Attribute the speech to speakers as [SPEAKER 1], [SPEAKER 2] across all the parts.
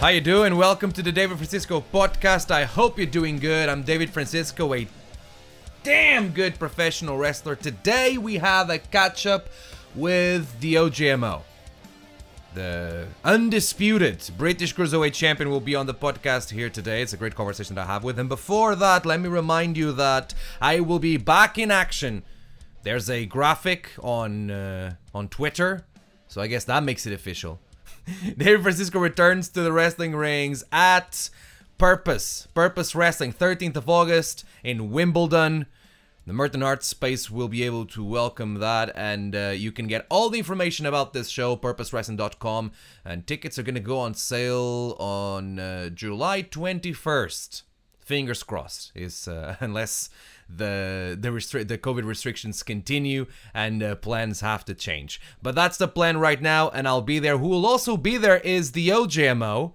[SPEAKER 1] How you doing? Welcome to the David Francisco podcast. I hope you're doing good. I'm David Francisco, a damn good professional wrestler. Today we have a catch up with the OJMO. The undisputed British Cruiserweight Champion will be on the podcast here today. It's a great conversation to have with him. Before that, let me remind you that I will be back in action. There's a graphic on uh, on Twitter, so I guess that makes it official. David Francisco returns to the wrestling rings at Purpose. Purpose Wrestling, 13th of August in Wimbledon. The Merton Arts Space will be able to welcome that, and uh, you can get all the information about this show, purposewrestling.com, and tickets are going to go on sale on uh, July 21st. Fingers crossed, is uh, unless the the restri- the COVID restrictions continue and uh, plans have to change. But that's the plan right now, and I'll be there. Who will also be there is the OJMO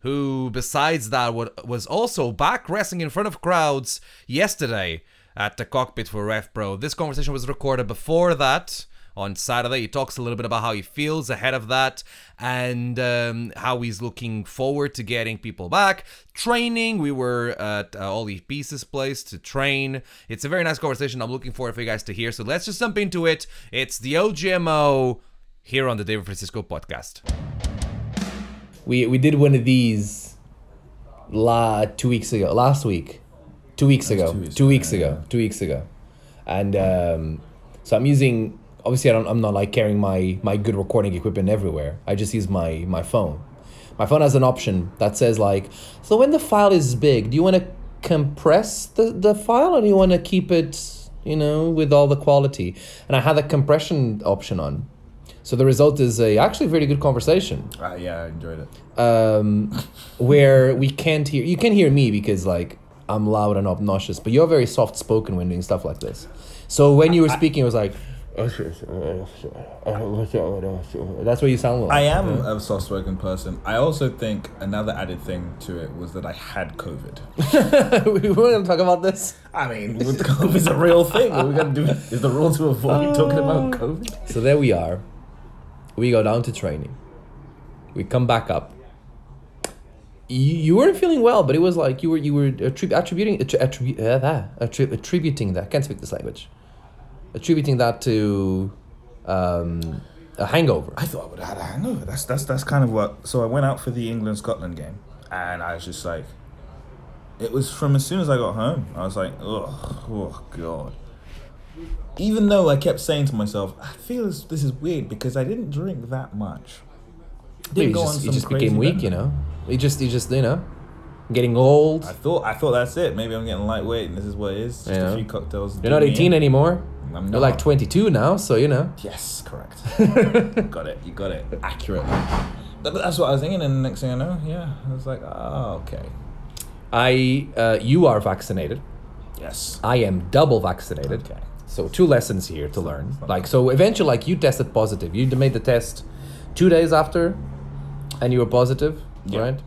[SPEAKER 1] who, besides that, wa- was also back wrestling in front of crowds yesterday at the cockpit for RefPro. This conversation was recorded before that on Saturday. He talks a little bit about how he feels ahead of that and um, how he's looking forward to getting people back. Training, we were at uh, Ollie Pieces place to train. It's a very nice conversation. I'm looking forward for you guys to hear. So let's just jump into it. It's the OGMO here on the David Francisco podcast.
[SPEAKER 2] We we did one of these la two weeks ago. Last week. Two weeks ago. Two weeks, ago. Two weeks ago. And um, so I'm using obviously I don't I'm not like carrying my, my good recording equipment everywhere. I just use my, my phone. My phone has an option that says like so when the file is big, do you wanna compress the, the file or do you wanna keep it, you know, with all the quality? And I had the compression option on. So the result is a actually very good conversation
[SPEAKER 3] Uh, yeah, I enjoyed it.
[SPEAKER 2] where we can't hear you can hear me because like I'm loud and obnoxious, but you're very soft spoken when doing stuff like this. So when you were speaking, it was like that's what you sound
[SPEAKER 3] I
[SPEAKER 2] like.
[SPEAKER 3] am a soft spoken person. I also think another added thing to it was that I had COVID.
[SPEAKER 2] we want to talk about this.
[SPEAKER 3] I mean, COVID's a real thing. What we got to do is the rule to avoid talking about COVID.
[SPEAKER 2] So there we are. We go down to training. We come back up. You, you weren't feeling well, but it was like you were you were attrib- attributing attri- attribu- uh, that, attri- attributing that. Can't speak this language. Attributing that to um, a hangover.
[SPEAKER 3] I thought I would have had a hangover. That's that's that's kind of what. So I went out for the England Scotland game, and I was just like, it was from as soon as I got home. I was like, oh, oh god. Even though I kept saying to myself, I feel this, this is weird because I didn't drink that much.
[SPEAKER 2] Maybe
[SPEAKER 3] Didn't
[SPEAKER 2] he
[SPEAKER 3] go
[SPEAKER 2] just,
[SPEAKER 3] on
[SPEAKER 2] he
[SPEAKER 3] some
[SPEAKER 2] just
[SPEAKER 3] crazy
[SPEAKER 2] became weak,
[SPEAKER 3] bender.
[SPEAKER 2] you know. He just, he just, you know, getting old.
[SPEAKER 3] I thought I thought that's it. Maybe I'm getting lightweight, and this is what it is. Just
[SPEAKER 2] Yeah.
[SPEAKER 3] a few cocktails.
[SPEAKER 2] You're not 18 anymore.
[SPEAKER 3] I'm
[SPEAKER 2] You're like
[SPEAKER 3] not.
[SPEAKER 2] 22 now, so you know.
[SPEAKER 3] Yes, correct. got it. You got it. Accurate. But that's what I was thinking, and the next thing I know, yeah, I was like, oh, okay,
[SPEAKER 2] I, uh, you are vaccinated.
[SPEAKER 3] yes,
[SPEAKER 2] I am double vaccinated.
[SPEAKER 3] okay.
[SPEAKER 2] So two lessons here to learn. Like so, eventually, like you tested positive. You made the test two days after, and you were positive,
[SPEAKER 3] Yeah.
[SPEAKER 2] right?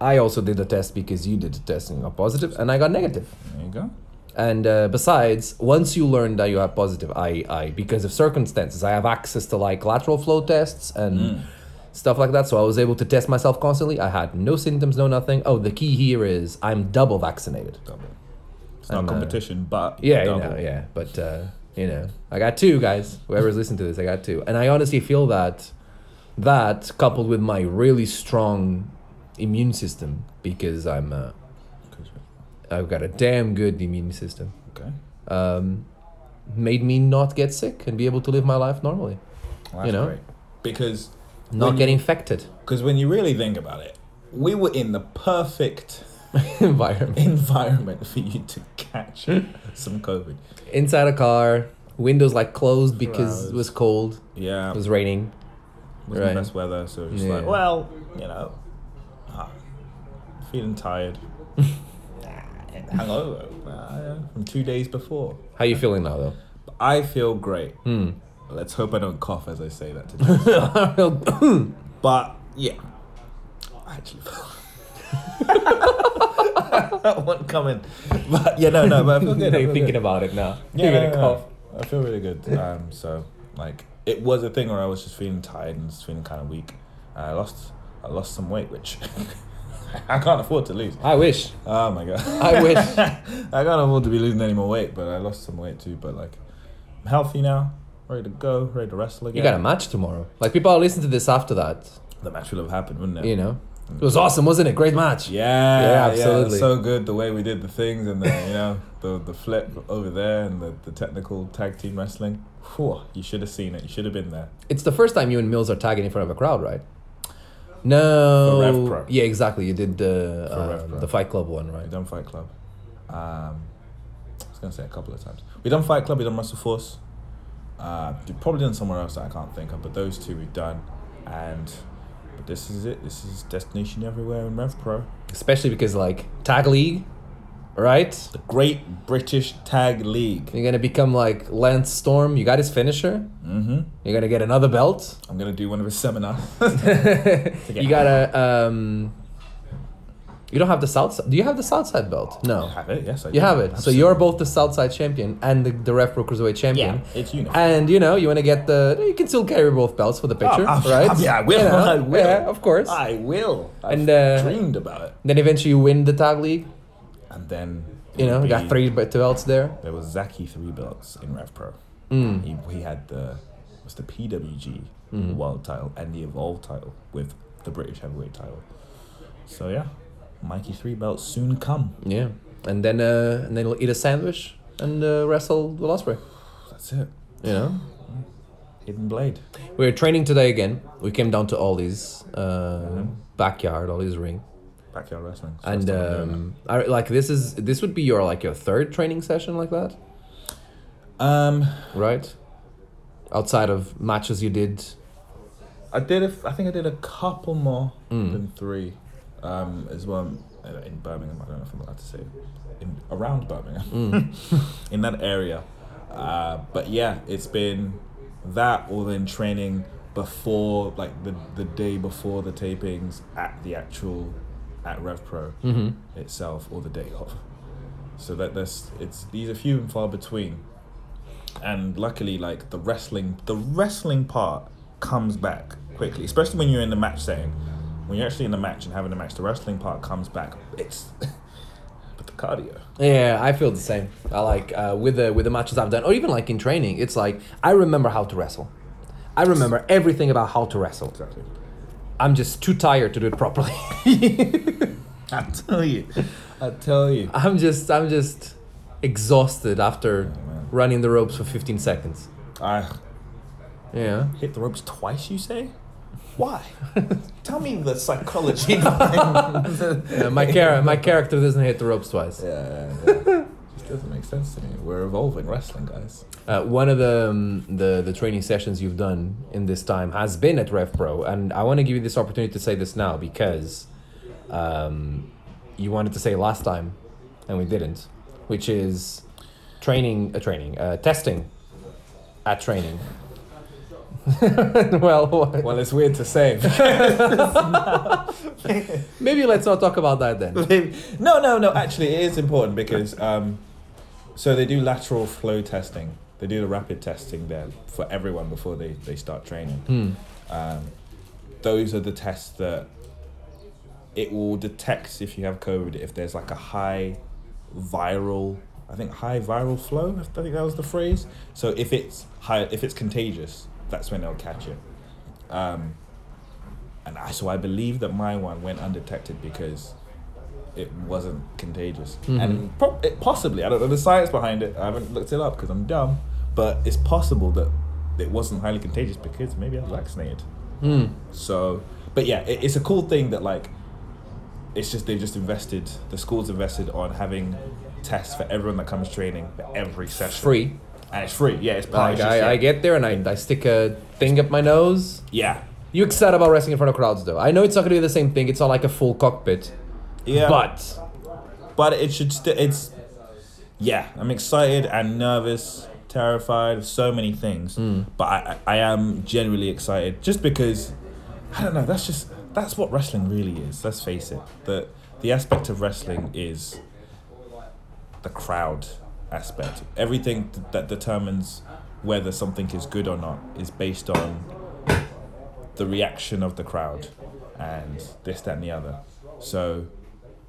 [SPEAKER 2] I also did the test because you did the test and you got positive, and I got negative.
[SPEAKER 3] There you go.
[SPEAKER 2] And uh, besides, once you learn that you are positive, I, I because of circumstances, I have access to like lateral flow tests and stuff like that. So I was able to test myself constantly. I had no symptoms, no nothing. Oh, the key here is I'm double vaccinated.
[SPEAKER 3] Double. It's not competition, but
[SPEAKER 2] uh, Yeah,
[SPEAKER 3] double.
[SPEAKER 2] you know, yeah. But uh, you know, I got two guys. Whoever's listening to this, I got two, and I honestly feel that that coupled with my really strong immune system because I'm uh, I've got a damn good immune system.
[SPEAKER 3] Okay.
[SPEAKER 2] um, made me not get sick and be able to live my life normally.
[SPEAKER 3] Well, that's
[SPEAKER 2] You know?
[SPEAKER 3] great. because
[SPEAKER 2] Not
[SPEAKER 3] when
[SPEAKER 2] get infected
[SPEAKER 3] because when you really think about it, we were in the perfect
[SPEAKER 2] environment.
[SPEAKER 3] environment for you to catch some COVID.
[SPEAKER 2] Inside a car, windows like closed because
[SPEAKER 3] hours.
[SPEAKER 2] it was cold,
[SPEAKER 3] Yeah.
[SPEAKER 2] it was raining.
[SPEAKER 3] wasn't
[SPEAKER 2] Right.
[SPEAKER 3] the best weather, so it's just
[SPEAKER 2] Yeah.
[SPEAKER 3] like, well, you know, ah, feeling tired, Ah, hangover ah, yeah, from two days before.
[SPEAKER 2] How you feeling now though?
[SPEAKER 3] I feel great.
[SPEAKER 2] Hmm.
[SPEAKER 3] Let's hope I don't cough as I say that today. but yeah, I actually feel. that one coming, but yeah, no, no, but I feel good. I
[SPEAKER 2] You're
[SPEAKER 3] feel good.
[SPEAKER 2] thinking about it now.
[SPEAKER 3] Yeah,
[SPEAKER 2] You're gonna
[SPEAKER 3] no, no,
[SPEAKER 2] cough.
[SPEAKER 3] no. I feel really good. Um, so like it was a thing where I was just feeling tired and just feeling kind of weak. I lost I lost some weight, which I can't afford to lose.
[SPEAKER 2] I wish.
[SPEAKER 3] Oh my god.
[SPEAKER 2] I wish.
[SPEAKER 3] I can't afford to be losing any more weight, but I lost some weight too. But like, I'm healthy now, ready to go, ready to wrestle
[SPEAKER 2] You
[SPEAKER 3] again.
[SPEAKER 2] got a match tomorrow. Like people will listen to this after that.
[SPEAKER 3] the match would have happened, wouldn't it?
[SPEAKER 2] You know, it was awesome, wasn't it? Great match.
[SPEAKER 3] Yeah,
[SPEAKER 2] Yeah,
[SPEAKER 3] yeah,
[SPEAKER 2] absolutely.
[SPEAKER 3] so good the way we did the things and the you know the the flip over there and the, the technical tag team wrestling. Whew, you should have seen it. You should have been there.
[SPEAKER 2] It's the first time you and Mills are tagging in front of a crowd, right? No.
[SPEAKER 3] For Rev Pro.
[SPEAKER 2] Yeah, exactly. You did the
[SPEAKER 3] Rev
[SPEAKER 2] um,
[SPEAKER 3] Pro.
[SPEAKER 2] the Fight Club one,
[SPEAKER 3] We
[SPEAKER 2] right?
[SPEAKER 3] done Fight Club. Um, I was gonna say a couple of times. We done Fight Club. We done Muscle Force. Uh, we probably done somewhere else that I can't think of, but those two we've done, and but this is it. This is Destination Everywhere and Rev Pro.
[SPEAKER 2] Especially because like tag league, right?
[SPEAKER 3] The Great British Tag League.
[SPEAKER 2] You're gonna become like Lance Storm. You got his finisher.
[SPEAKER 3] Mm-hmm.
[SPEAKER 2] You're gonna get another belt.
[SPEAKER 3] I'm gonna do one of his seminars.
[SPEAKER 2] You gotta. Um, you don't have the south. si- Do you have the south side belt? No.
[SPEAKER 3] have it. Yes, I
[SPEAKER 2] You
[SPEAKER 3] do.
[SPEAKER 2] have it. So you're both the south side champion and the, the ref pro cruiserweight champion.
[SPEAKER 3] it's uniform.
[SPEAKER 2] And you know you want to get the. You can still carry both belts for the picture,
[SPEAKER 3] Oh, I-
[SPEAKER 2] right?
[SPEAKER 3] I mean, I will,
[SPEAKER 2] You know,
[SPEAKER 3] I will.
[SPEAKER 2] Yeah, of course.
[SPEAKER 3] I will. I
[SPEAKER 2] And, uh,
[SPEAKER 3] dreamed about it.
[SPEAKER 2] Then eventually you win the tag league.
[SPEAKER 3] And then
[SPEAKER 2] You know, you
[SPEAKER 3] it'd
[SPEAKER 2] got
[SPEAKER 3] be-
[SPEAKER 2] three b- belts there. Mm.
[SPEAKER 3] There was Zaki three belts in Rev Pro. He, he had the was the PWG
[SPEAKER 2] Mm-hmm.
[SPEAKER 3] World title and the Evolve title with the British Heavyweight title. So yeah, Mikey three belts soon come.
[SPEAKER 2] Yeah. And then uh, and then you'll eat a sandwich and uh, wrestle Will Ospreay.
[SPEAKER 3] That's it.
[SPEAKER 2] You know.
[SPEAKER 3] Hidden Blade.
[SPEAKER 2] We were training today again. We came down to Ollie's uh, backyard, Ollie's ring,
[SPEAKER 3] Backyard wrestling. It's the
[SPEAKER 2] and
[SPEAKER 3] first time I'm doing
[SPEAKER 2] um, I, like this is this would be your like your third training session like that,
[SPEAKER 3] that. um,
[SPEAKER 2] right? Outside of matches you did,
[SPEAKER 3] I did. A, f- I think I did a couple more than three, um, as well in, in Birmingham. I don't know if I'm allowed to say in around Birmingham, in that area. Uh, but yeah, it's been that or then training before, like the the day before the tapings at the actual at Rev Pro itself or the day of. So that that's it's these are few and far between and luckily like the wrestling the wrestling part comes back quickly especially when you're in the match setting when you're actually in the match and having a match the wrestling part comes back it's but the cardio
[SPEAKER 2] yeah, I feel the same. I like uh, with the with the matches I've done, or even like in training, it's like I remember how to wrestle. I remember everything about how to wrestle.
[SPEAKER 3] exactly
[SPEAKER 2] I'm just too tired to do it properly.
[SPEAKER 3] i tell you i tell you
[SPEAKER 2] I'm just I'm just exhausted after
[SPEAKER 3] man.
[SPEAKER 2] running the ropes for 15 seconds.
[SPEAKER 3] i
[SPEAKER 2] Yeah.
[SPEAKER 3] hit the ropes twice you say why tell me the psychology behind the-
[SPEAKER 2] Yeah, Uh, my char- my character doesn't hit the ropes twice.
[SPEAKER 3] yeah, yeah, yeah. Just doesn't make sense to me. We're evolving wrestling, guys.
[SPEAKER 2] Uh, one of the, um, the the training sessions you've done in this time has been at Rev Pro, and I want to give you this opportunity to say this now because um, you wanted to say last time, and we didn't, which is training a uh, training uh, testing at training. well, what-
[SPEAKER 3] Well, it's weird to say.
[SPEAKER 2] maybe let's not talk about that then.
[SPEAKER 3] no, no, no. Actually, it is important because um, so they do lateral flow testing. They do the rapid testing there for everyone before they, they start training. Um, those are the tests that it will detect if you have COVID if there's like a high viral. I think high viral flow. I think that was the phrase. So if it's high, if it's contagious, that's when they'll catch it. Um, and I, so I believe that my one went undetected because it wasn't contagious.
[SPEAKER 2] Mm-hmm.
[SPEAKER 3] And pro- it possibly, I don't know the science behind it. I haven't looked it up because I'm dumb. But it's possible that it wasn't highly contagious because maybe I was vaccinated.
[SPEAKER 2] Hmm.
[SPEAKER 3] So, but yeah, it, it's a cool thing that like, it's just they've just invested. The school's invested on having tests for everyone that comes training for every session.
[SPEAKER 2] Free.
[SPEAKER 3] And it's free. Yeah, it's
[SPEAKER 2] Like
[SPEAKER 3] it's just-
[SPEAKER 2] I, I get there and I, I stick a thing up my nose.
[SPEAKER 3] yeah.
[SPEAKER 2] You excited about wrestling in front of crowds though? I know it's not gonna be the same thing. It's not like a full cockpit,
[SPEAKER 3] Yeah.
[SPEAKER 2] but
[SPEAKER 3] but it should still it's yeah i'm excited and nervous terrified of so many things but I, I I am genuinely excited just because i don't know that's just that's what wrestling really is let's face it the the aspect of wrestling is the crowd aspect everything th- that determines whether something is good or not is based on the reaction of the crowd and this, that, and the other. So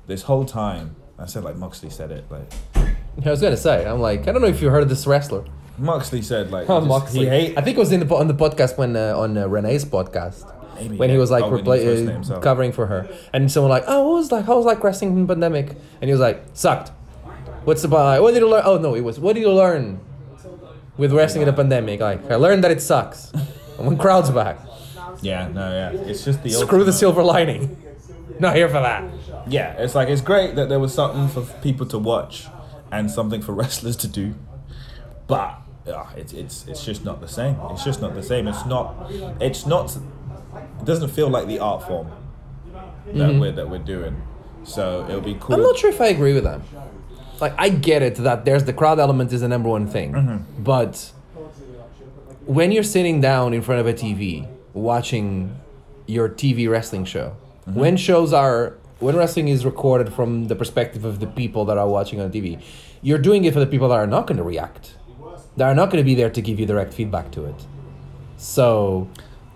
[SPEAKER 3] this whole time, I said like Moxley said it, like
[SPEAKER 2] I was gonna say, I'm like, I don't know if you heard of this wrestler.
[SPEAKER 3] Moxley said like
[SPEAKER 2] Huh,
[SPEAKER 3] just-
[SPEAKER 2] Moxley.
[SPEAKER 3] he hate
[SPEAKER 2] I think it was in the po- on the podcast when uh, on uh, Renee's podcast
[SPEAKER 3] Maybe,
[SPEAKER 2] when he
[SPEAKER 3] yeah.
[SPEAKER 2] was like
[SPEAKER 3] Oh, when he
[SPEAKER 2] repla-
[SPEAKER 3] first
[SPEAKER 2] uh,
[SPEAKER 3] named himself.
[SPEAKER 2] covering for her, and someone like, oh, what was like, how was like wrestling in pandemic? And he was like, sucked. What's about? What did you learn? Oh no, it was what did you learn with wrestling in the pandemic? Like I learned that it sucks. And when crowds back,
[SPEAKER 3] yeah no yeah it's just the
[SPEAKER 2] screw the
[SPEAKER 3] ultimate-
[SPEAKER 2] silver lining. Not here for that.
[SPEAKER 3] yeah it's like it's great that there was something for people to watch and something for wrestlers to do but uh, it's it's it's just not the same it's just not the same it's not it's not it doesn't feel like the art form that we're that we're doing so it'll be cool
[SPEAKER 2] Mm-hmm. I'm not sure if I agree with them. Like I get it that there's the crowd element is the number one thing,
[SPEAKER 3] Mm-hmm.
[SPEAKER 2] but when you're sitting down in front of a TV watching your TV wrestling show,
[SPEAKER 3] Mm-hmm.
[SPEAKER 2] when shows are when wrestling is recorded from the perspective of the people that are watching on TV, you're doing it for the people that are not going to react. That are not going to be there to give you direct feedback to it. So,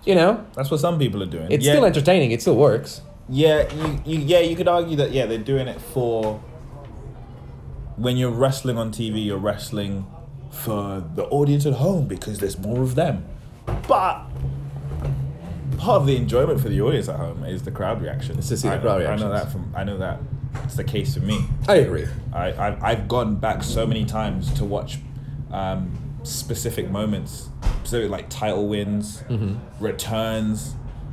[SPEAKER 2] you know,
[SPEAKER 3] that's what some people are doing
[SPEAKER 2] it's
[SPEAKER 3] yeah,
[SPEAKER 2] still entertaining. It still works.
[SPEAKER 3] yeah you, you yeah you could argue that yeah they're doing it for when you're wrestling on tv you're wrestling for the audience at home because there's more of them but part of the enjoyment for the audience at home is the crowd reaction it's
[SPEAKER 2] to see
[SPEAKER 3] I,
[SPEAKER 2] the crowd
[SPEAKER 3] I know
[SPEAKER 2] reactions.
[SPEAKER 3] that from i know that it's the case for me
[SPEAKER 2] I agree.
[SPEAKER 3] I, I, I've gone back so many times to watch um, specific moments, specific like title wins,
[SPEAKER 2] Mm-hmm.
[SPEAKER 3] returns,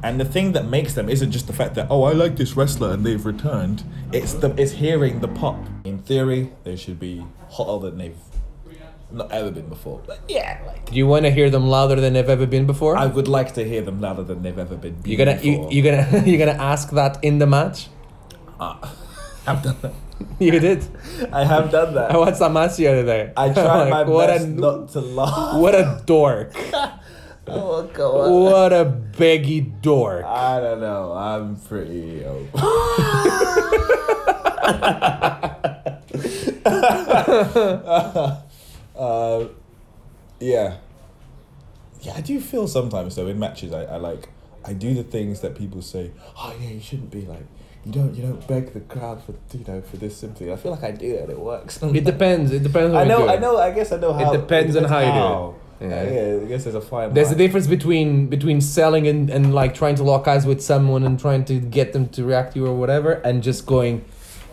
[SPEAKER 3] and the thing that makes them isn't just the fact that oh I like this wrestler and they've returned. It's the it's hearing the pop. In theory, they should be hotter than they've not ever been before. But yeah, like
[SPEAKER 2] Do you want to hear them louder than they've ever been before?
[SPEAKER 3] I would like to hear them louder than they've ever been.
[SPEAKER 2] You're gonna you,
[SPEAKER 3] before.
[SPEAKER 2] you're gonna you're gonna ask that in the match.
[SPEAKER 3] Ah. I've done that.
[SPEAKER 2] You did.
[SPEAKER 3] I have done
[SPEAKER 2] I
[SPEAKER 3] that.
[SPEAKER 2] watched that match the other day.
[SPEAKER 3] I
[SPEAKER 2] I'm
[SPEAKER 3] tried
[SPEAKER 2] like,
[SPEAKER 3] my
[SPEAKER 2] what
[SPEAKER 3] best
[SPEAKER 2] a,
[SPEAKER 3] not to laugh.
[SPEAKER 2] What a dork!
[SPEAKER 3] Oh god.
[SPEAKER 2] what a baggy dork!
[SPEAKER 3] I don't know. I'm pretty. uh, yeah. Yeah, I do feel sometimes though in matches. I, I like I do the things that people say. Oh yeah, you shouldn't be like you don't you don't beg the crowd for you know for this simply. I feel like I do that. It works.
[SPEAKER 2] It depends. It depends.
[SPEAKER 3] I
[SPEAKER 2] what you
[SPEAKER 3] know.
[SPEAKER 2] do.
[SPEAKER 3] I know. I guess I know how.
[SPEAKER 2] depends on how you do it.
[SPEAKER 3] do
[SPEAKER 2] Yeah.
[SPEAKER 3] Yeah. I guess there's a fine.
[SPEAKER 2] There's a
[SPEAKER 3] line.
[SPEAKER 2] difference between between selling and, and like trying to lock eyes with someone and trying to get them to react to you or whatever, and just going,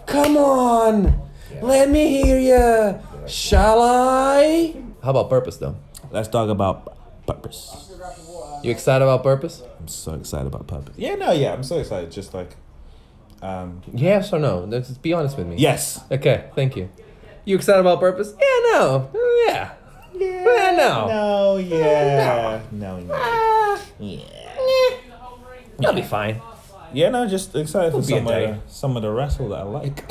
[SPEAKER 2] "Come on, let me hear ya." Shall I? How about purpose though?
[SPEAKER 3] Let's talk about purpose.
[SPEAKER 2] You excited about purpose?
[SPEAKER 3] I'm so excited about purpose. Yeah, no, yeah, I'm so excited. Just like, um,
[SPEAKER 2] Yes or no? Let's Just be honest with me.
[SPEAKER 3] yes,
[SPEAKER 2] Okay, thank you. You excited about purpose? Yeah, no. Mm, Yeah. Yeah. no.
[SPEAKER 3] no, yeah, no, yeah,
[SPEAKER 2] Ah,
[SPEAKER 3] yeah,
[SPEAKER 2] You'll be fine.
[SPEAKER 3] yeah, no, just excited for
[SPEAKER 2] be a
[SPEAKER 3] some of the,
[SPEAKER 2] day.
[SPEAKER 3] some of the wrestle that I like.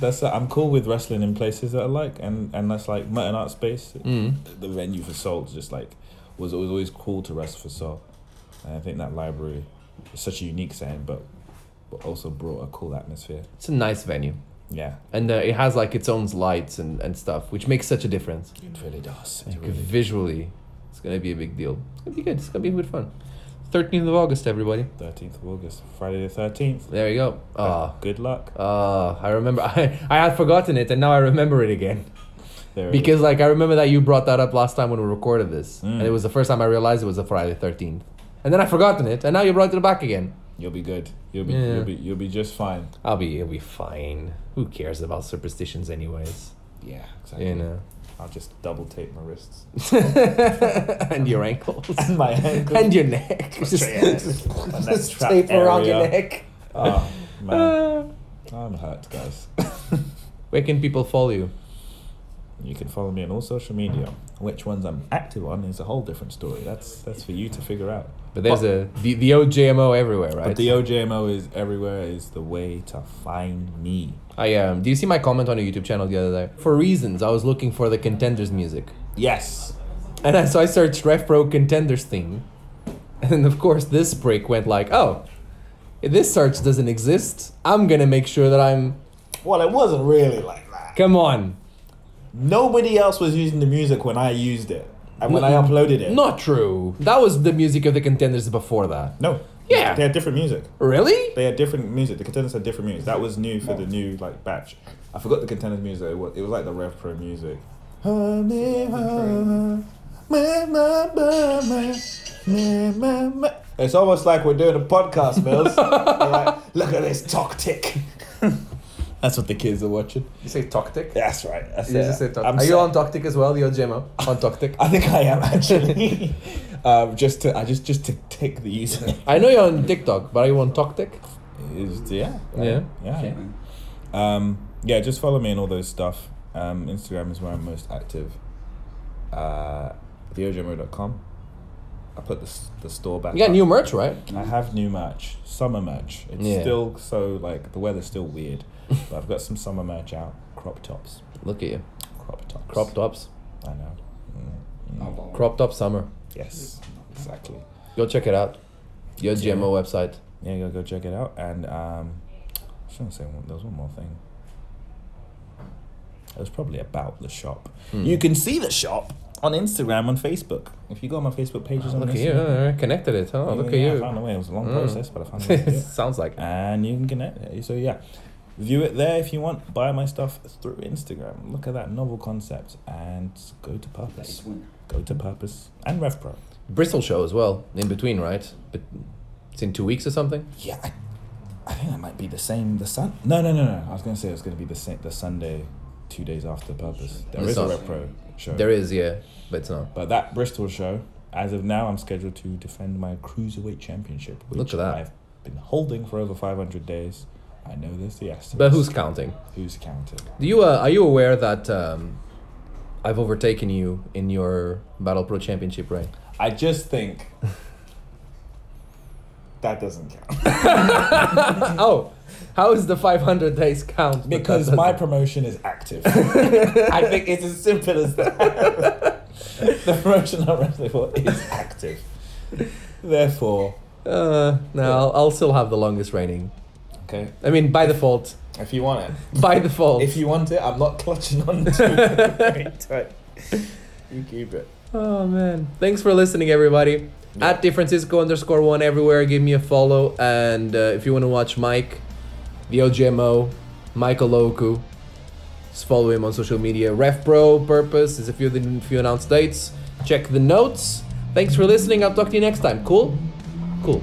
[SPEAKER 3] that's I'm cool with wrestling in places that I like, and and that's like Merton Art Space,
[SPEAKER 2] Mm.
[SPEAKER 3] the venue for Soul, just like was was always cool to wrestle for Soul, and I think that library is such a unique setting, but but also brought a cool atmosphere.
[SPEAKER 2] It's a nice venue.
[SPEAKER 3] Yeah,
[SPEAKER 2] And uh, it has like its own lights and, and stuff, which makes such a difference.
[SPEAKER 3] it really does. It
[SPEAKER 2] Like,
[SPEAKER 3] really
[SPEAKER 2] visually, it's going to be a big deal. It's going to be good. It's going to be good fun. 13th of August, everybody.
[SPEAKER 3] 13th of August, Friday the 13th.
[SPEAKER 2] There you go. Ah,
[SPEAKER 3] Good luck.
[SPEAKER 2] ah, I remember. I, I had forgotten it and now I remember it again.
[SPEAKER 3] There it
[SPEAKER 2] Because, like, I remember that you brought that up last time when we recorded this.
[SPEAKER 3] Mm.
[SPEAKER 2] And it was the first time I realized it was a Friday 13th. And then I forgotten it. And now you brought it back again.
[SPEAKER 3] is. you'll be good. You'll be,
[SPEAKER 2] Yeah.
[SPEAKER 3] you'll be you'll be just fine.
[SPEAKER 2] I'll be it'll be fine. Who cares about superstitions anyways?
[SPEAKER 3] Yeah, exactly.
[SPEAKER 2] You know.
[SPEAKER 3] I'll just double tape my wrists
[SPEAKER 2] and your ankles.
[SPEAKER 3] and my ankles.
[SPEAKER 2] and your neck. Just, just,
[SPEAKER 3] And that
[SPEAKER 2] just
[SPEAKER 3] trap
[SPEAKER 2] tape around your
[SPEAKER 3] area.
[SPEAKER 2] neck.
[SPEAKER 3] oh man,
[SPEAKER 2] Uh,
[SPEAKER 3] I'm hurt, guys.
[SPEAKER 2] where can people follow you?
[SPEAKER 3] You can follow me on all social media. Which ones I'm active on is a whole different story. That's that's for you to figure out.
[SPEAKER 2] But there's a the, the OJMO everywhere, right?
[SPEAKER 3] But the OJMO is everywhere. Is the way to find me.
[SPEAKER 2] I um do you see my comment on a YouTube channel the other day? For reasons, I was looking for the contenders music.
[SPEAKER 3] Yes.
[SPEAKER 2] And I, so I searched Ref Pro Contenders theme. And of course, this prick went like, oh, this search doesn't exist. I'm going to make sure that I'm.
[SPEAKER 3] Well, it wasn't really like that.
[SPEAKER 2] Come on.
[SPEAKER 3] Nobody else was using the music when I used it and when I uploaded it.
[SPEAKER 2] Not true. That was the music of the contenders before that.
[SPEAKER 3] No.
[SPEAKER 2] Yeah.
[SPEAKER 3] They had different music.
[SPEAKER 2] Really?
[SPEAKER 3] They had different music. The contenders had different music. That was new for the new like batch. I forgot the contenders music. It was, it was like the Rev Pro music. Honey, honey, my, my, my, my, my, my, my. It's almost like we're doing a podcast, Mills. like, Look at this toctic.
[SPEAKER 2] That's what the kids are watching. You say Toctic?
[SPEAKER 3] That's right. That's
[SPEAKER 2] You
[SPEAKER 3] it.
[SPEAKER 2] just say Toctic.
[SPEAKER 3] I'm
[SPEAKER 2] Are you
[SPEAKER 3] sa-
[SPEAKER 2] on Toctic as well? You're Gemma on Toctic?
[SPEAKER 3] I think I am actually. um, just to, I just just to tick the username.
[SPEAKER 2] I know you're on TikTok, but are you on Toctic?
[SPEAKER 3] Is- yeah.
[SPEAKER 2] Yeah.
[SPEAKER 3] Yeah. Um, yeah, just follow me and all those stuff. Um, Instagram is where I'm most active. Uh, theojemo.com. I put the, s- the store back.
[SPEAKER 2] You got
[SPEAKER 3] up.
[SPEAKER 2] new merch, right?
[SPEAKER 3] I have new merch, summer merch. It's
[SPEAKER 2] Yeah.
[SPEAKER 3] still so like the weather's still weird, but I've got some summer merch out. Crop tops,
[SPEAKER 2] Look at you.
[SPEAKER 3] crop tops.
[SPEAKER 2] Crop Oh, tops.
[SPEAKER 3] I know. Mm, mm.
[SPEAKER 2] Crop top summer.
[SPEAKER 3] Yes, exactly.
[SPEAKER 2] Go check it out. Your GMO website.
[SPEAKER 3] Yeah, go go check it out. And um, I was gonna say one, there was one more thing. It was probably about the shop.
[SPEAKER 2] Hmm.
[SPEAKER 3] You can see the shop on Instagram and Facebook. If you go on my Facebook pages, on
[SPEAKER 2] Look at you.
[SPEAKER 3] Instagram,
[SPEAKER 2] uh, Connected it, huh?
[SPEAKER 3] yeah,
[SPEAKER 2] Look
[SPEAKER 3] yeah, I
[SPEAKER 2] at
[SPEAKER 3] found a way. It was a long
[SPEAKER 2] Mm.
[SPEAKER 3] process, but I found a way. to do
[SPEAKER 2] you.
[SPEAKER 3] it.
[SPEAKER 2] Sounds like
[SPEAKER 3] and you can connect. it. So yeah, view it there if you want. Buy my stuff through Instagram. Look at that novel concept and go to purpose. Go to purpose and RevPro.
[SPEAKER 2] Bristol show as well in between, right? But it's in two weeks or something.
[SPEAKER 3] Yeah, I, I think that might be the same. The sun? No, no, no, no. I was gonna say it's gonna be the same. The Sunday, two days after Purpose. There
[SPEAKER 2] It's
[SPEAKER 3] is
[SPEAKER 2] not-
[SPEAKER 3] a repro show.
[SPEAKER 2] There is, yeah, but it's not.
[SPEAKER 3] But that Bristol show, as of now, I'm scheduled to defend my cruiserweight championship, which
[SPEAKER 2] Look at that.
[SPEAKER 3] I've been holding for over 500 days. I know this, yes.
[SPEAKER 2] But who's counting?
[SPEAKER 3] who's counting?
[SPEAKER 2] Do you uh, are you aware that um, I've overtaken you in your Battle Pro Championship reign?
[SPEAKER 3] I just think that doesn't count
[SPEAKER 2] oh, how is the 500 days count? But
[SPEAKER 3] because
[SPEAKER 2] that
[SPEAKER 3] my
[SPEAKER 2] doesn't-
[SPEAKER 3] promotion is active. I think it's as simple as that. the promotion I wrestling for is active. Therefore,
[SPEAKER 2] uh, no, I'll, I'll still have the longest reigning.
[SPEAKER 3] okay,
[SPEAKER 2] I mean, by default,
[SPEAKER 3] if you want it,
[SPEAKER 2] by default.
[SPEAKER 3] if you want it, I'm not clutching on to it. You keep it.
[SPEAKER 2] Oh man! Thanks for listening, everybody. At DeFrancisco underscore one everywhere. Give me a follow, and uh, if you want to watch Mike, the OGMO, Michael Loku, just follow him on social media. RefPro Purpose is a few of the few announced dates. Check the notes. Thanks for listening. I'll talk to you next time. Cool, cool.